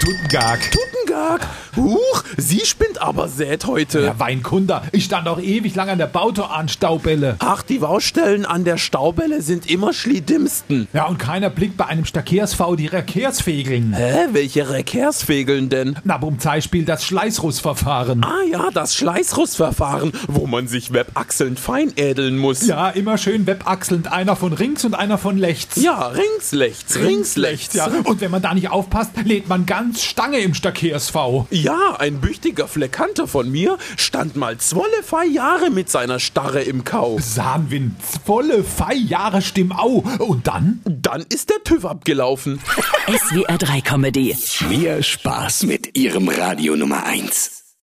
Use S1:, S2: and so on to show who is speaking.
S1: Tuttengag.
S2: Tuttengag. Huch, sie spinnt aber sät heute.
S1: Ja, Weinkunder, ich stand auch ewig lang an der Bautoranstaubelle.
S2: Ach, die Baustellen an der Staubelle sind immer schlimmsten.
S1: Ja, und keiner blickt bei einem Stakersv die Verkehrsfegeln.
S2: Hä, welche Verkehrsfegeln denn?
S1: Na, um Beispiel das Schleißrussverfahren.
S2: Ah ja, das Schleißrussverfahren, wo man sich webachselnd feinädeln muss.
S1: Ja, immer schön webachselnd, einer von rings und einer von lechts.
S2: Ja, rings rechts, rings rechts.
S1: Ja, und wenn man da nicht aufpasst, lädt man ganz Stange im Stakersv.
S2: Ja, ein büchtiger Fleckante von mir stand mal zwei Jahre mit seiner Starre im Kau.
S1: Sahnwind, volle Feijahre Stimmau. Und dann?
S2: Dann ist der TÜV abgelaufen.
S3: SWR 3 Comedy.
S4: Mehr Spaß mit Ihrem Radio Nummer 1.